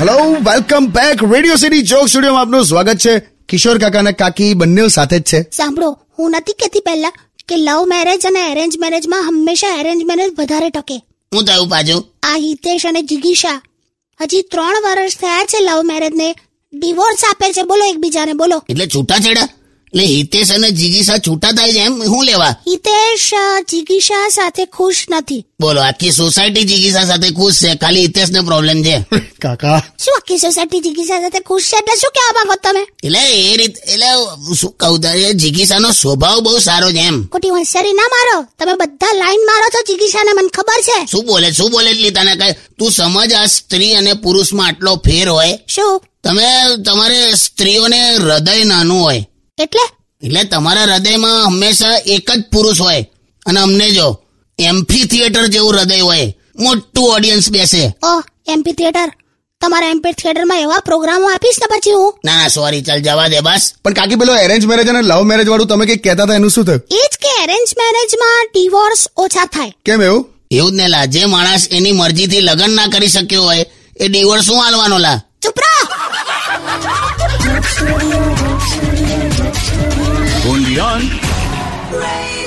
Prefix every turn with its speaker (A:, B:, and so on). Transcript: A: hello welcome back radio city joke સ્ટુડિયોમાં આપનું સ્વાગત છે કિશોર કાકા અને કાકી બંને સાથે જ છે
B: સાંભળો હું નથી કહેતી પહેલા કે લવ મેરેજ અને એરેન્જ મેરેજમાં હંમેશા એરેન્જ મેરેજ વધારે ટકે
C: હું થયું પાછું
B: આ હિતેશ અને જિગીશા હજી ત્રણ વર્ષ થયા છે લવ મેરેજને ડિવોર્સ આપે છે બોલો એકબીજાને બોલો
C: એટલે છૂટાછેડા એટલે હિતેશ અને જીગીશા છૂટા થાય છે એમ હું લેવા
B: હિતેશ અ, જિગીશા સાથે ખુશ નથી
C: બોલો આખી સોસાયટી જીગીશા સાથે ખુશ છે ખાલી હિતેશ ને પ્રોબ્લેમ છે
A: કાકા
B: શું આખી સોસાયટી જિગીશા સાથે ખુશ છે એટલે શું કહેવા માંગો તમે
C: એટલે એ રીત એટલે શું કહું તારે જીગીશાનો સ્વભાવ બહુ સારો છે એમ
B: ખોટી હોશિયારી ના મારો તમે બધા લાઈન મારો છો જિગીશાને મને ખબર છે
C: શું બોલે શું બોલે એટલી તને કઈ તું સમજ આ સ્ત્રી અને પુરુષમાં આટલો ફેર હોય
B: શું
C: તમે તમારે સ્ત્રીઓને હૃદય નાનું હોય
B: એટલે
C: એટલે તમારા હૃદયમાં હંમેશા એક જ પુરુષ હોય અને અમને જો એમ્ફી થિયેટર જેવું હૃદય હોય મોટું ઓડિયન્સ બેસે
B: ઓહ એમપી થિયેટર તમારા એમપી થિયેટરમાં એવા પ્રોગ્રામો આપીશ ને પછી હું
C: ના ના સોરી ચાલ જવા દે બસ
A: પણ કાકી પેલો એરેન્જ મેરેજ અને લવ મેરેજ વાળું તમે કઈ કહેતા હતા એનું શું થયું
B: એ જ કે એરેન્જ મેરેજમાં ડિવોર્સ ઓછા થાય
A: કેમ એવું
C: એવું જ ને લા જે માણસ એની મરજીથી લગ્ન ના કરી શક્યો હોય એ ડિવોર્સ શું હાલવાનો લા
B: ચૂપ રહો
D: Only on
E: Radio